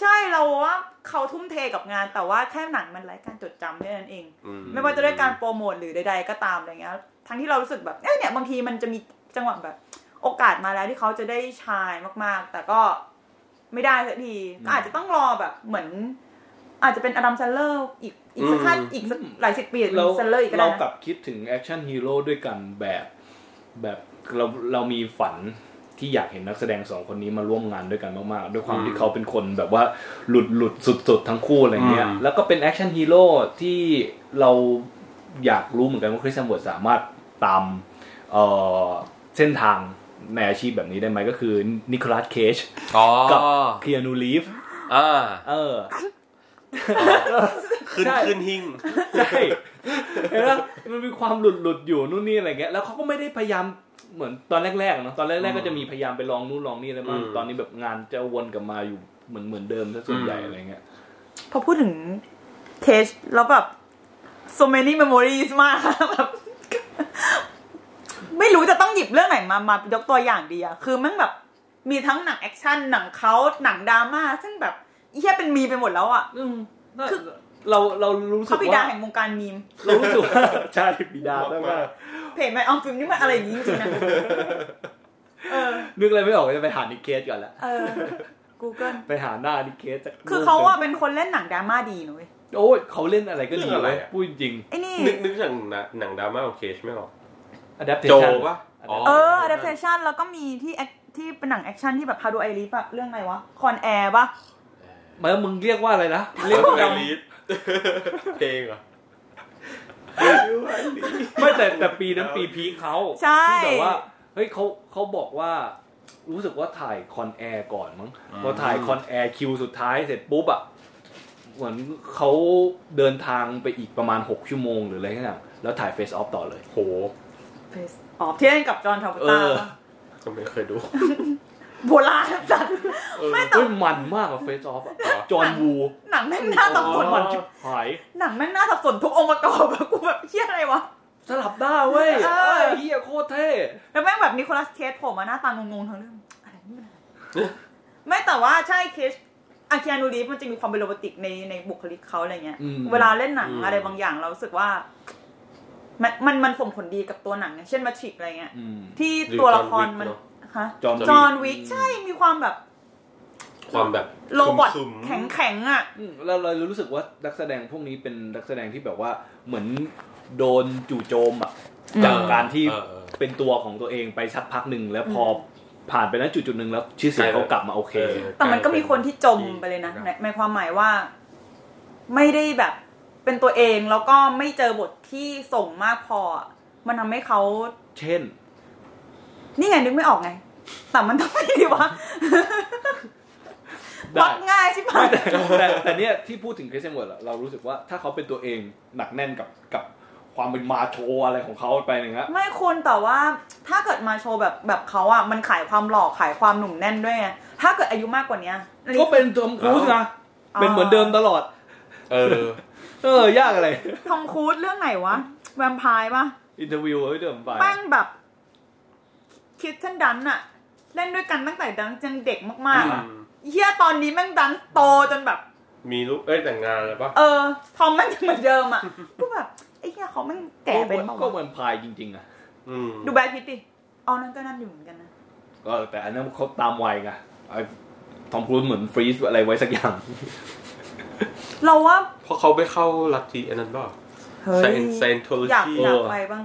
ใช่เราว่าเขาทุ่มเทกับงาน แต่ว่าแค่หนังมันไร้การจดจำแค่นั้นเอง
อื
ไม่ว่าจะด้วยการโปรโมทหรือใด ๆ ก็ตามอะไรเงี้ย ทั้งที่เรารู้สึกแบบเอ้ยเนี่ยบางทีมันจะมีจังหวะแบบ โอกาสมาแล้วที่เขาจะได้ชายมาก ๆ แต่ก็ไม่ได้สักทีก็อาจจะต้องรอแบบเหมือน อาจจะเป็นอดัมเซนเลอร์อีกอีกสักขั้นอีกสักหลายสิบปี
ๆเรา
เซนเลอร์อีกก็
เรา
ได้
กลั
นะ
บคิดถึงแอคชั่นฮีโร่ด้วยกันแบบ แบบเราเรามีฝันที่อยากเห็นนักแสดงสองคนนี้มาร่วมงานด้วยกันมากๆ ด้วยความที่เขาเป็นคนแบบว่าหลุดหลุดสุดๆ ทั้งคู่อะไรเงี้ย แล้วก็เป็นแอคชั่นฮีโร่ที่เราอยากรู้เหมือนกันว่าคริสแฮมเวิร์ดสามารถตามเอ่อเส้นทางในอาชีพแบบนี้ได้ไหมก็คือนิโคลัสเคจ
อ๋อ
กับเคียนูรีฟ
อ่า
เออ
ขึ้น
ใช่
ขึ้นหิ้ง
ใช่เห็นไหมมันมีความหลุดหลุดๆอยู่นู่นนี่อะไรเงี้ย แล้วเขาก็ไม่ได้พยายามเหมือนตอนแรกๆเนาะ ตอนแรก
อื
ๆ
ม
ก็จะมีพยายามไปลองนู่นลองนี่อะไรบ้าง
อืม
ตอนนี้แบบงานจะวนกลับมาอยู่เหมือนเหมือนเดิมซะส่วนใหญ่
อืม
อะไรเงี้ย
พอพูดถึงเคชแล้วแบบ so many memories มากแบบไม่รู้จะต้องหยิบเรื่องไหนมามายกตัวอย่างดีอะคือมันแบบมีทั้งหนังแอคชั่นหนังเขาหนังดราม่าซึ่งแบบเฮียเป็นมีไปหมดแล้วอะ
อืม
คือ
เราเรารู้สึ
เขา
ก
ปิดา
ว่า
แห่งวงการมีม
เรารู้สึกว่า <laughs> ใช่บิดาแล้ว่า
เพจไมออมฟิล์มนี่มันอะไรอย่างนี้จริง
<laughs>
ๆนะ เออ
นึกอะไรไม่ออกจะไปหานิเคสก่อนละ
เออ Google
ไปหาหน้านิเคสจาก
คือเขาอะเป็นคนเล่นหนังดราม่าดีนุ้ย
โอ้ยเขาเล่นอะไรก็ดี
เรื่องอะไร
เว้ย
อะ
พูดจริง
ไอ้นี่
นึกนึกถึงหนังหนังดราม่าของเคชไม่ออก
adaptation
โจปะอ๋อ
เออ adaptation แล้วก็มีที่ act- ที่เป็นหนังแอคชั่นที่แบบ How Do I Live อะเรื่องอะไรวะ คอนแอร์ปะ
มันมึงเรียกว่าอะไรนะ
เรี
เรี
ย
ย
ก
ก
ว่า
ว่า
ลีดเพลงเหรอ
ไม่แต่แต่ปีนั้นปีพีคเขา
ใช่
ที่แบบว่าเฮ้ยเขาเขาบอกว่า รู้สึกว่าถ่ายคอนแอร์ก่อนมั้ง
อืม
พอถ่ายคอนแอร์คิวสุดท้ายเสร็จปุ๊บอ่ะเหมือนเขาเดินทางไปอีกประมาณ 6 ชั่วโมงหรืออะไรขนาดแล้วถ่ายเฟสออฟต่อเลย
โห
Face Off ที่เล่นกับจอห์นทาวเวอร์
เอ
ตา
อ
ก็ไม่เคยดู
โบราณจัด ไม่แต่
เฮ้ยมันมากอะเฟสออฟจอห์นวู
หนังแม่งน่าสับสน
โอ้โหมันชิบหาย
หนังแม่งน่าสับสนทุกองค์ประกอบอะกูแบบเฮียอะไรวะ
สลับได้าเว้ย
เออ
เอ้ยเฮียโคตรเท่
แล้วแม่งแบบนิโคลัสเคสโผล่มาหน้าตางงๆทั้งเรื่องอะไรนี่มันอะไรไม่แต่ว่าใช่เคสอาเคียนูรีฟมันจะมีความเป็นโรแมนติกในในบุคลิกเขาอะไรเงี้ย
อืม
เวลาเล่นหนัง
อืม
อะไรบางอย่างเรารู้สึกว่า มันมันมันส่งผลดีกับตัวหนังเนี่ยเช่นมาชิกอะไรเงี้ย
อืม
ที่ตัวละครมัน
หรือ John Wick
ฮะ
จอห์นวิก
จอห์นวิกใช่มีความแบบ
ความแบบ
โรบอท
ซึมๆ
แข็งแข็งๆอ่ะ
อืมเราเรารู้สึกว่านักแสดงพวกนี้เป็นนักแสดงที่แบบว่าเหมือนโดนจู่โจมอ่ะ
อืม
จากการที่
เออเออ
เป็นตัวของตัวเองไปสักพักหนึ่งแล้วพอผ่านไปนั้นจุดจุดๆหนึ่งแล้วชื่อเสียง
ใช่
เขากลับมาโอเค
เออ
แต่มันก็มีคนที่จมไปเลยนะในในความหมายว่า ไม่ได้แบบเป็นตัวเองแล้วก็ไม่เจอบทที่ส่งมากพออะมันทำให้เขา
เช่น
นี่ไงนึกไม่ออกไง แต่มันต้องไม่ดีวะ
ได้
วักง่ายใช่ปะ
แต่แต่แต่เนี่ยที่พูดถึงคริสเตียนเวิร์ดเรารู้สึกว่าถ้าเขาเป็นตัวเองหนักแน่นกับกับความเป็นมาโชว์อะไรของเขาไปอย่างเงี้ย
ไม่คุณแต่ว่า ถ้าเกิดมาโชว์แบบแบบเขาอะมันขายความหล่อขายความหนุ่มแน่นด้วยไงถ้าเกิดอายุมากกว่าเนี้ยอัน
ก็
นี้
เป็นทอมครูซนะ
อ๋อ
เป็นเหมือนเดิมตลอด
เออ
เออยากอะไร
ทอมครูซเรื่องไหนวะ แวมไพร์ปะ
อินเทอร์วิวเฮ้ยเดิมไป
แป้งแบบคิดเช่นดันอะเล่นด้วยกันตั้งแต่ดังยังเด็กมากๆอะ
อืม
เฮียตอนนี้แม่งดังโตจนแบบ
มีลูกเอ้ยแต่งงานแล้วปะ
เออ ทอมแม่งยังเหมือนเดิม
<laughs>
อะก็แบบไอ้เฮียเขาแม่งแก่เป็น
ก็
เบา
เหมือนพายจริงๆอะ
อืม
ดูแบทพิตดิเอานั่นก็นั่นอยู่เหมือนกันนะ
เออแต่อันนั้นเขาตามวัยไงไอ้ทอมครูซเหมือนฟรีซอะไรไว้สักอย่าง
เราว่า
เพราะเขาไปเข้าลัทธิอันนั้นเปล่า
เฮ้
ไซ
ย
นไซนโทโล
อยาก
จี
อยาก
เออ
ไปบ้าง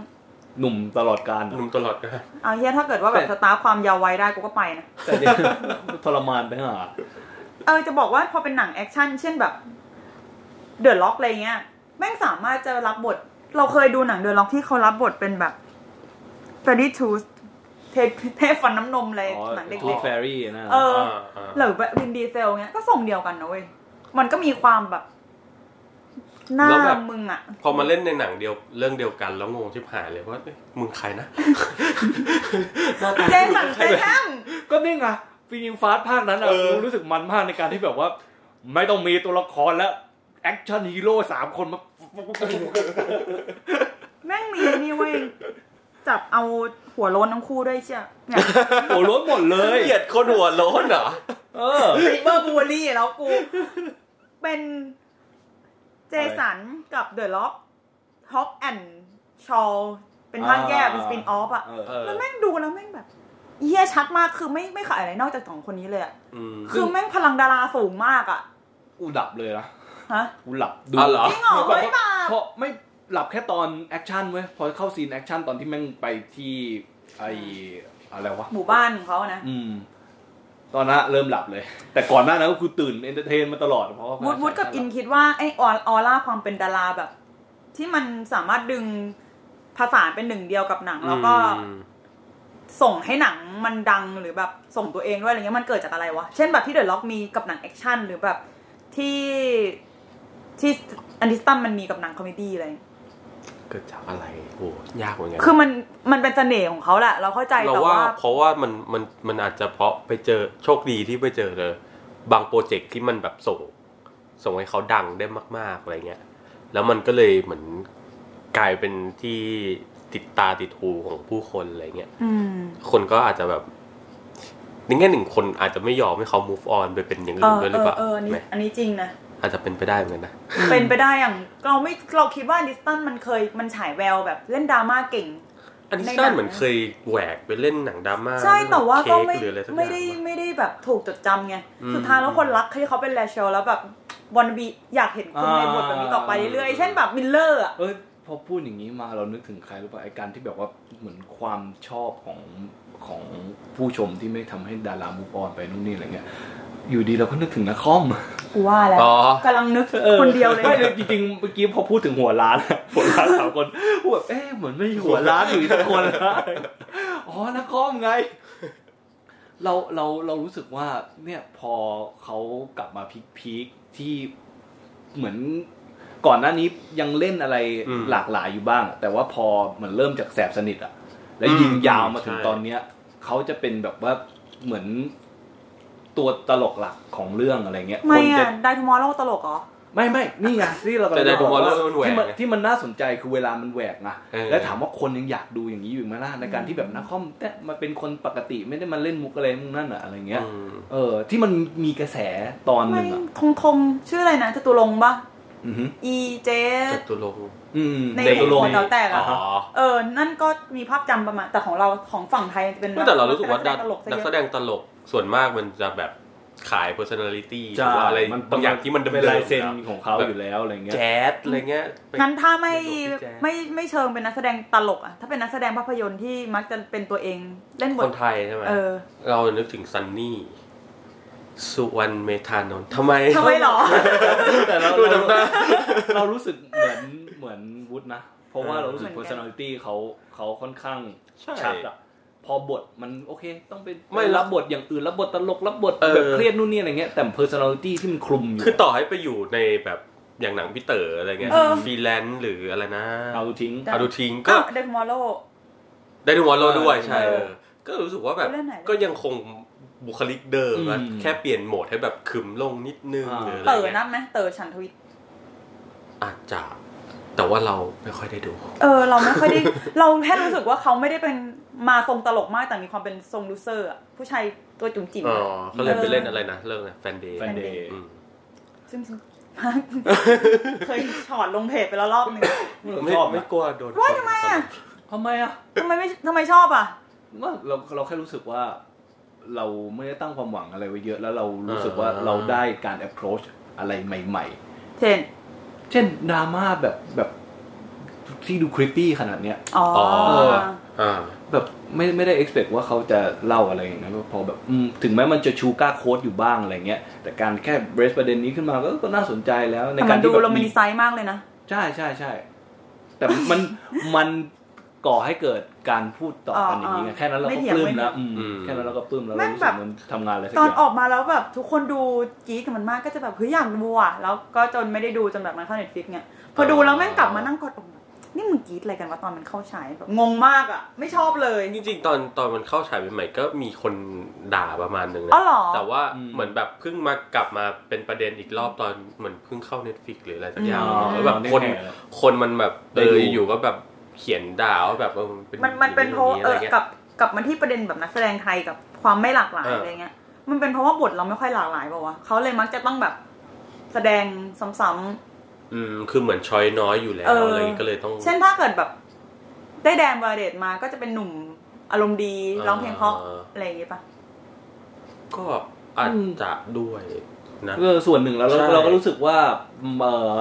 หนุ่มตลอดการ
หนุ่มตลอดนะ
เอาเฮียถ้าเกิดว่าแบบ
แต่
สตาร์ฟความยาวไว้ได้กูก็ไปนะ
แต่เนี่ย <laughs> ทรมานไปหา
เออจะบอกว่าพอเป็นหนังแอคชั่นเช่นแบบเดือดล็อกอะไรเงี้ย แม่งสามารถจะรับบท เราเคยดูหนังเดือดล็อกที่เขารับบทเป็นแบบเฟรดดี้ทูสเทพเทพฟันน้ำนมอะไร
อ๋อ
หนังเด็
ทู
ก
เฟรรี่นะ
เออ
าอ่า
ๆหรือแบบวินดีเซลเงี้ยก็ทรงเดียวกันนะเว้ย มันก็มีความแบบ หน้ามึงอะ
พอมาเล่นในหนังเดียวเรื่องเดียวกันแล้วงงชิบหายเลยว่าเอ้ยมึงใครนะ
เจสันเตแฮม
ก็นี่ไงฟินิฟาสภาคนั้นอะ
เออ
รู้สึกมันมากในการที่แบบว่า ไม่ต้องมีตัวละครแล้วแอคชั่นฮีโร่สามคนมา
แม่งมีนี่เว้ยจับเอา หัวโล้นทั้งคู่ด้วยเชียเนี่ย
โอ้ล้วนหมดเล
เฮ้
ย
ยเกลียดคนหัวโล้นเหรอ
เออ
ไซเบอร์บูลลี่แล้วกู เป็นเจสันกับเดอะล็อกฮอกแอนชอลเป็นภาคแยกเป็นสปินออฟอะ
เอ
เอ
อ
อ
แล้วแม่งดูแล้วแม่งแบบเหี้ยชัดมากคือไม่ไม่ขายอะไรนอกจากสองคนนี้เลยอะ
อืม
คือแม่งพลังดาราสูงมากอะ
กูดับเลยนะ
ฮะ
กูหลับดู
อ๋อเหรอ
จริงเหรอ
พาะ
เฮ้ยบาป
เพราะไม่หลับแค่ตอนแอคชั่นเว้ย พอเข้าซีนแอคชั่นตอนที่แม่งไปที่ไออะไรวะ
หมู่บ้านของเขาอะนะ
อืม ตอนนั้นเริ่มหลับเลย แต่ก่อนหน้านั้นก็คือตื่นเอนเตอร์เทนมาตลอดเพราะว่า
วูดวูดกับอินคิดว่าไอออออร่าความเป็นดาราแบบ ที่มันสามารถดึงผสานเป็นหนึ่งเดียวกับหนัง แล้วก็
อืม
ส่งให้หนังมันดังหรือแบบส่งตัวเองด้วยอะไรเงี้ยมันเกิดจากอะไรวะ เช่นแบบที่เดอะล็อกมีกับหนังแอคชั่นหรือแบบที่ที่อันดิสตัมมันมีกับหนังคอมเมดี้อะไรเงี้ย
เกิดจากอะไรโอ้ยากเหมือนกัน
คือมันมันเป็นเสน่ห์ของเขาแหละ เราเข้าใจ
เรา
แต่
ว่า
ว่า
เพราะว่ามันมันมันอาจจะเพราะไปเจอโชคดีที่ไปเจอเลย บางโปรเจกต์ที่มันแบบส่ง ส่งให้เขาดังได้มาก ๆอะไรเงี้ย แล้วมันก็เลยเหมือนกลายเป็นที่ติดตาติดหูของผู้คนอะไรเงี้ย
อืม
คนก็อาจจะแบบในแง่หนึ่งคนอาจจะไม่ยอมให้เขา move on ไปเป็นอย่าง
เอ
อื่น
อ
ด้ว
เอ
ยหรือ
อ
เปล่า
เอออันนี้
ไหม
อันนี้จริงนะ
อาจจะเป็นไปได้เหมือนกันนะ
เป็นไปได้อย่างเราไม่เราคิดว่าอันดิสตัมมันเคยมันฉายแววแบบเล่นดราม่าเก่ง
อันนี้
ในหนั
สั้น
ง
เหมือนเคยแหวกไปเล่นหนังดราม่า
ใช่
เรื่อง
แต่ว่าก็ไม่
เค้หรืออะรสักอย่าง
ไม่ได้
ปะ
ไม่ได้แบบถูกจดจำไง
อืม
สุดท้ายแล้วคนรักที่เขาเป็นแรเชลแล้วแบบวันบีอยากเห็นคนในบทแบบนี้ต่อไปเรื่อยๆ
อ่า
เช่นแบบมิลเลอร์อะ
เอ้ยพอพูดอย่างนี้มาเรานึกถึงใครรู้ป่ะไอการที่แบบว่าเหมือนความชอบของของผู้ชมที่ไม่ทำให้ดารามูฟออนไปนู่นนี่อะไรเงี้ย อยู่ดีเราก็นึกถึงนักคอม
กูว่าแล้ว
อ๋อ
กำลังนึกคนเดียวเลย
ไม่จริงๆเมื่อกี้พอพูดถึงหัวร้าน <laughs> อะหัวร้านสามคนกูแบบเอ๊ะเหมือนไม่มีหัวร้านอยู่สักคนละอ๋อนักคอมไง เราเราเรารู้สึกว่า เนี่ยพอเขากลับมาพีคพีคที่เหมือนก่อนหน้านี้ยังเล่นอะไร
อืม
หลากหลายอยู่บ้าง แต่ว่าพอเหมือนเริ่มจากแสบสนิทอะแล้วยิง
อืม
ยาวมาถึง
ใช่
ตอนเนี้ยเขาจะเป็นแบบว่าเหมือนตัวตลกหลักของเรื่องอะไรเงี้ย
ไม่
คนจะ
อะได้ทูมอร์โลตลกเหรอ
ไม่ไม่นี่ไงที่เรากำลั
แต่
ง
ใน
จะบอกว่า
Tomorrow มันแหวก
ที่มัน
ไง
ที่มันน่าสนใจคือเวลามันแหวกนะ
เออ
แล้วถามว่าคนยังอยากดูอย่างนี้อยู่ไหมล่ะในการที่แบบนักคอมแต่มาเป็นคนปกติไม่ได้มาเล่นมุกอะไรมุกนั่นอะอะไรเงี้ย
อืม
เออ ที่มันมีกระแสตอนห
ไม่
นึ่งอะ
ทงทงชื่ออะไรนะจตุรงค์ปะ
อือหือ
อีเจ
จตุรงค์
อืม
ใน
เด็กลง
หัวเต๋าแตกอะ
ฮ
เออ นั่นก็มีภาพจำประมาณแต่ของเราของฝั่งไทยจะเป็น
ไม่แต่เรารู้สึกว่า
นั
ดั
กแสดงตลกซะ
นัก
เย
แส
อะ
ดงตลกส่วนมากมันจะแบบขาย personality ห
ใช่
รือว่าอะไร
มัน
บางอย่างที่มัน
เป็น
ดำ
ลาย
ๆ
เซ็น
อะ
ของเขาอยู่แล้วอะไรเงี้ย
แจ๊สอะไรเงี้ยไป
งั้นถ้าไม่
ในโลกที่แจ๊ส
ไม่ไม่เชิงเป็นนักแสดงตลกอะถ้าเป็นนักแสดงภาพยนตร์ที่มักจะเป็นตัวเองเล่นบ
ค
ท
นไทยใช่ไหม
เออ
เรานึกถึงซันนี่ สุวรรณเมธานนท์ทำไม
ทำไมหรอ
แต่เรา
ดู
เรา
ดำหน้า
<laughs> เรารู้สึกเหมือนเหมือนวุฒินะ เพราะว่าเรารู้สึก
เหมือนกัน
personality เขาเขาค่อนข้าง
ใช่
ชัดอะพอบทมันโอเค ต้องเป็น
ไม่
ไม่รับบทอย่างอื่นรับบทตลกรับบท
เออ
แบบเครียดนู่นนี่อะไรเงี้ยแต่ personality ที่มันคลุมอยู่
คือต่อให้ไปอยู่ในแบบอย่างหนังพี่เต๋ออะไรเงี้ย
เออ
ฟรีแลนซ์หรืออะไรนะ
เอาทิ้ง
ได้
เอาดูทิ้งก็
ก็เดทมอลโล
ได้ทุกวันเราด้วยใช่
เออ
เออก็รู้สึกว่าแบบ
เล่นไหนเล่น
ก็ยังคงบุคลิกเดิมอะ
อืม
แค่เปลี่ยนโหมดให้แบบขึมลงนิดนึง
อ่า
หรืออะไร
เต๋อ
เงี้ย
นับไหมเต๋อฉันทวิต
อาจจะแต่ว่าเราไม่ค่อยได้ดู
เออ เราไม่ค่อยได้ เราแค่รู้สึกว่าเขาไม่ได้เป็นมาทรงตลกมากแต่มีความเป็นทรงลูเซอร์อะผู้ชายตัวจุ๋มจิ๋ม
อ๋อ
อะ
ก็เลยไป
เออ
เล่นอะไรนะเรื่องอะไรแฟนเดย์
Fan Day
ซึ่งฉัน <laughs> มาก เคยถอดลงเพจไปแล้วรอบหนึง
ไม่
ชอบ
ไม่
นะ
กลัวโดน
ว่าทำไมอะ
ทำไมอะ
ทำไมไม่ทำไมชอบอะ
ว่าเราเราแค่รู้สึกว่า เราไม่ได้ตั้งความหวังอะไรไว้เยอะแล้วเรารู้สึกว่าเราได้การ approach อะไรใหม่
เช่น
ๆ เช่นดราม่าแบบแบบที่ดู creepy ขนาดเนี้ย
อ๋อ
เออ
อ่า
แบบไม่ไม่ได้ expect ว่าเขาจะเล่าอะไรอย่างนั้นพอแบบอืมถึงแม้มันจะชูก้าโค้ดอยู่บ้างอะไรเงี้ย แต่การแค่ raise ประเด็นนี้ขึ้นมาก็ก็น่าสนใจแล้วใน
แต่
กา
มั
ร
น
ที่
ดู
แบบ
โรแมนติไซส์มากเลยนะ
ใช่ใช่ใช่แต่มันมันก่อให้เกิดการพูดต่อกันอย่างนี้ไง
อ๋ออ๋อ
แค่นั้นเรา
ไม่
ก็
เถี
ป
ยง
ลื้ม
ไม่
แล้วอืมแค่นั้นเราก็ปลื้มแล้ว
แม่
เรา
ง
รู้
แบ
สึ
บ
กเหมันทำงานอะไรสัก
ต
อ
อน
ย่าง
ออกมาแล้วแบบทุกคนดูจี๊ดกับมันมากก็จะแบบเฮ้ยอยากดูอ่ะแล้วก็จนไม่ได้ดูจนแบบมันเข้าเน็ตฟิกเนี่ยพอดูแล้วแม่งกลับมานั่งกดอกแบบนี่มึงกรี๊ดอะไรกันวะตอนมันเข้าฉายแบบงงมากอ่ะ ไม่ชอบเลย
จริงๆตอนตอนมันเข้าฉายใหม่ๆก็มีคนด่าประมาณหนึงนะ
อ๋อเหรอ
แต่ว่าเหมือนแบบเพิ่งมากลับมาเป็นประเด็นอีกรอบตอนเหมือนเพิ่งเข้า Netflix หรืออะไรสักอย่าง
อ๋อ
แล้วแบบคน คนมันแบบเอออยู่ก็แบบ เขียนด่าว่าแบบเออเป็น
มันมันเป็นเพราะ
อย่ง
เอ
อะไร
อ
งี้ย
กับกับมันที่ประเด็นแบบนักแสดงไทยกับความไม่หลากหลาย
เอออ
อะไรเงี้ย มันเป็นเพราะว่าบทเราไม่ค่อยหลากหลายเปล่าวะเขาเลยมักจะต้องแบบแสดงซ้ำ
อืมคือเหมือนช้อยน้อยอยู่แล้ว
เอออ
อะไรอย่างงี้ก็เลยต้อง
ๆเช่นถ้าเกิดแบบ ได้แดนวาเดตมาก็จะเป็นหนุ่มอารมณ์ดี
อ่า
ร้องเพลงเพราะอะไรอย่างงี้ปะ
ก็อาจจะด้วยนะ
ก็ส่วนหนึ่งแล้วเรา
ใช่
เราก็รู้สึกว่าเอ่อ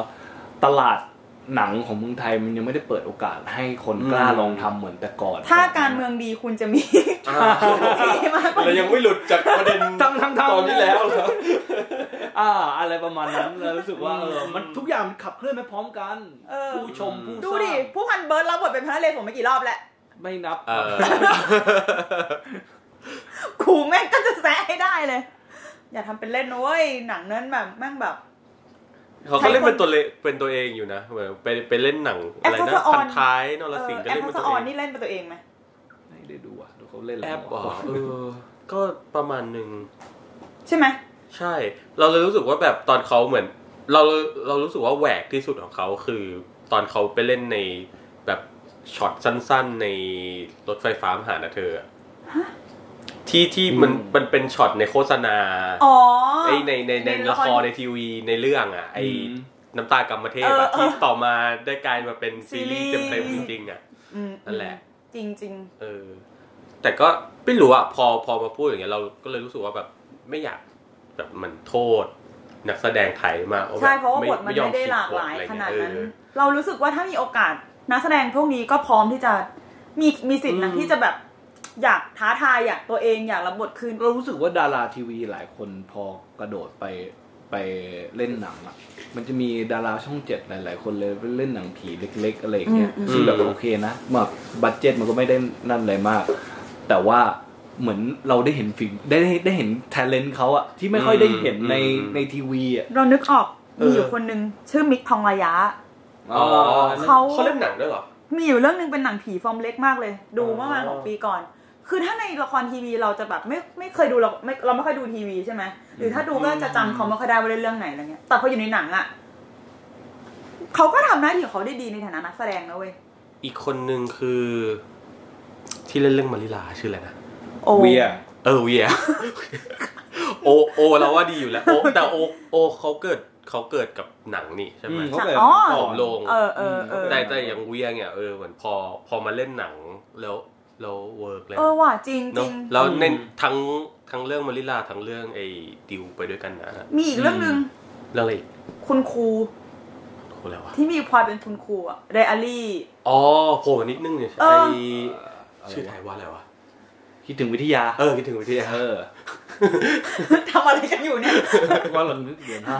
ตลาดหนังของเมืองไทยมันยังไม่ได้เปิดโอกาสให้คนกล้าลองทำเหมือนแต่ก่อน
ถ้าการเมืองดีคุณจะมีมีมากกว่า
<laughs> เรายังไม่หลุดจากประเด็น
ทั้งทั้ง
ต
ทั้ง
อนที่แล้วเหรอ
อ่าอะไรประมาณนั้นเรารู้สึกว่าเออ
อืม
มันทุกอย่างมันขับเคลื่อนไปพร้อมกัน
เออ
ผู้ชมผู้
ดู
ส
ดิ
ร้าง
ผู้พันเบิร์ดรับบทเป็นพระนเรศวรมากี่รอบแล้ว
ไม่นับ
เออ <laughs>
กูแม่งก็จะแซะให้ได้เลย อย่าทำเป็นเล่นนะเว้ยหนังนั้นแบบแม่งแบบ
เขาก็เล่นเป็นตัวเลเป็นตัวเองอยู่นะเหมือนไปไปเล่นหนังอะไร
แอปทั
นะ
ศออน
พันท้ายนรสิงห์ก็
แอป
เล่น
ทั
เป็น
ศ
ตัว
อ
เอ
อน
ง
นี่เล่นเป็นตัวเองไหม
ไม่ได้ดูอ่ะดูเขาเล่น
แอ
ล้ว
ปเหรอเออ ก็ประมาณหนึ่ง
ใช่ไหม
ใช่ เราเลยรู้สึกว่าแบบตอนเขาเหมือน เราเรารู้สึกว่าแหวกที่สุดของเขาคือ ตอนเขาไปเล่นในแบบช็อตสั้น ๆ ในรถไฟฟ้ามาหานะเธออะที่ที่มันมันเป็นช็อตในโฆษณา
อ๋อ
ไอในในใน
ใน
ละ
ละ
ค
ค
ร
ร
ในทีวีในเรื่องอ่ะไอ
อืม
น้ำตากรรมเทพ
เออ
อะ
เออ
ที่ต่อมาได้กลายมาเป็นซีรีส์
ซีรีส์
เต็มๆจริงๆอ่ะ
อืม
นั่นแหละ
จริงจริง
เออ แต่ก็ไม่รู้อ่ะพอพอมาพูดอย่างเงี้ยเราก็เลยรู้สึกว่าแบบไม่อยากแบบมันโทษ นักแสดงไทยมาก
ๆใช่เพราะว่าบทมัน
ยอ
ไม่ได้หลากหลาย
คิบทอะไร
ขนาดนั้น
เงี้ย
เรารู้สึกว่าถ้ามีโอกาสนักแสดงพวกนี้ก็พร้อมที่จะมีมีสิทธิ์นะ
อืม
ที่จะแบบ อยากท้าทายอยากตัวเองอยากรับบทคืน
เรารู้สึกว่าดาราทีวีหลายคนพอกระโดดไปไปเล่นหนังอ่ะ มันจะมีดาราช่องเจ็ดหลาย ๆ คนเลยไปเล่นหนังผีเล็ก ๆ อะไรอย่างเงี้ยซึ่งแบบโอเคนะแบบบัตเจ็ตมันก็ไม่ได้นั่นอะไรมาก แต่ว่าเหมือนเราได้เห็นฝีได้ได้ได้เห็น t ท l e n t เขาอะที่ไม่ค่อยได้เห็นใน
อืม
ในทีวีอะ
เรานึกออกมีอยู่คนนึงชื่อมิกทองระยะ
เอออ๋อ
เขา
เขาเล่นหนังด้วยเหรอ
มีอยู่เรื่องนึงเป็นหนังผีฟอร์มเล็กมากเลย ดู
อ๋อ
เมื่อประมาณหกปีก่อน คือถ้าในละครทีวีเราจะแบบไม่ไม่เคยดูเราไม่เราไม่ค่อยดูทีวีใช่ไหมหรือถ้าดูก็จะจำเขาไม่ค่อยได้ว่าเล่นเรื่องไหนอะไรเงี้ยแต่พออยู่ในหนังอ่ะเขาก็ทำหน้าที่ของเขาได้ดีในฐานะนักแสดงนะเว้ย
อีกคนนึงคือ ที่เล่นเรื่องมาริลาชื่ออะไรนะ
โอ้
เวีย
เออเวีย <laughs> โอโอเราว่าดีอยู่แล้วโอแต่โอโอเขาเกิดเขาเกิดกับหนังนี่ใช่
อื
ไหม
มเขาแบบ
อ๋อ
ผอมลง
เออเออเออ
แต่แต่อย่างเวียเนี่ยเออเหมือนพอพอมาเล่นหนังแล้วแล้วเวิร์กเลย
เอ
นะ
อว่ะจริงจ
เน
ริ
อะ
ง
แล้วเน้นทั้งทั้งเรื่องมาริลาทั้งเรื่องไอ้ดิวไปด้วยกันนะ
มีอีกเรื่องหนึ่ง
เรื่องอะไรอีก
คุณครู
โอ้โหแล้ววะ
ที่มีพลอยเป็นคุณครูอะไดอารี่
อ๋อโผล่นิดนึงเนี่ย
เอ
ไอ้
อ
ชื่อไทยว่าอะไรวะ
คิดถึงวิทยา
เออคิดถึงวิทยา
เออ
ทำอะไรกันอยู่เนี่ย
<laughs> ว่าเรานึกเดี๋ยวนะ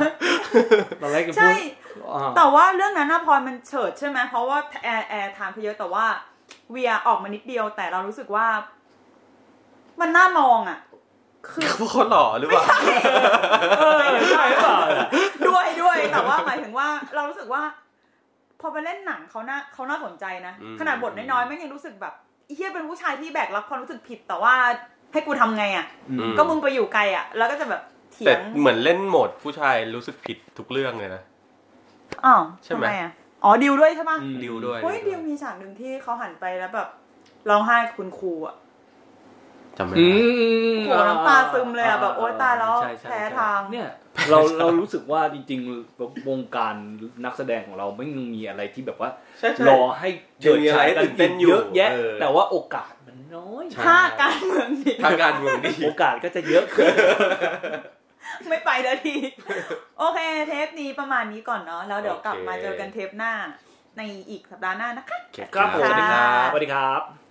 ตอนแรกก็
ใช่
พูดอ่า
แต่ว่าเรื่องนั้นนะพลอยมันเฉิดใช่ไหมเพราะว่าแอร์แอร์ถามเขาเยอะแต่ว่าเวียออกมานิดเดียว แต่เรารู้สึกว่า มันน่ามองอ่ะ คือ
พวกเขาหล่อหรือเปล่า
เออ <laughs> ใช่หรือเปล่า
ด้วยด้วยแต่ว่าหมายถึงว่าเรารู้สึกว่า พอไปเล่นหนังเขาน่าเขาน่าสนใจนะ ขนาดบทน้อยๆแม่งยังรู้สึกแบบไอ้เฮียเป็นผู้ชายที่แบกรับความรู้สึกผิด แต่ว่าให้กูทำไงอ่ะ
อืม
ก็มึงไปอยู่ไกลอ่ะ แล้วก็จะแบบเถี
แต่
ยง
เหมือนเล่นโหมดผู้ชายรู้สึกผิดทุกเรื่องเลยนะ
อ้าว
ใช่
ทำ
ไหม
ไมอ่ะอ๋อดิวด้วยใช่ปะ
อืม
ดิวด้วย
เฮ้ยเดียวมีฉากหนึ่งที่เขาหันไปแล้วแบบร้องไห้กับคุณครูอะ
จำไม่
อื
ได้
ม
โอ้โหน้ำตาซึมเลยอะแบบโอ๊ยตายแล้ว
ใช่ใช่
แพ้
ใช่
ทาง
เนี่ย เรา <laughs> เรารู้สึกว่าจริงๆวงการนักแสดงของเราไม่มีอะไรที่แบบว่า
ใช่ใช่
รอให้เจิดฉายกั
ยังมีอะไรให้ตื่นเต้
น
นอยู่
เยอะแยะ
เออ
แต่ว่าโอกาสมันน้อย
ใช่
ถ้าการเมืองดี
ทางการเมืองดี
โอกาสก็จะเยอะขึ้น
ไม่ไปแล้วที โอเค เทปนี้ประมาณนี้ก่อนเนาะแล้วเดี๋ยวกลับมาเจอกันเทปหน้า ในอีกสัปดาห์หน้านะคะ
ครับผม
สวัสดีครับ
สวัสดีครับ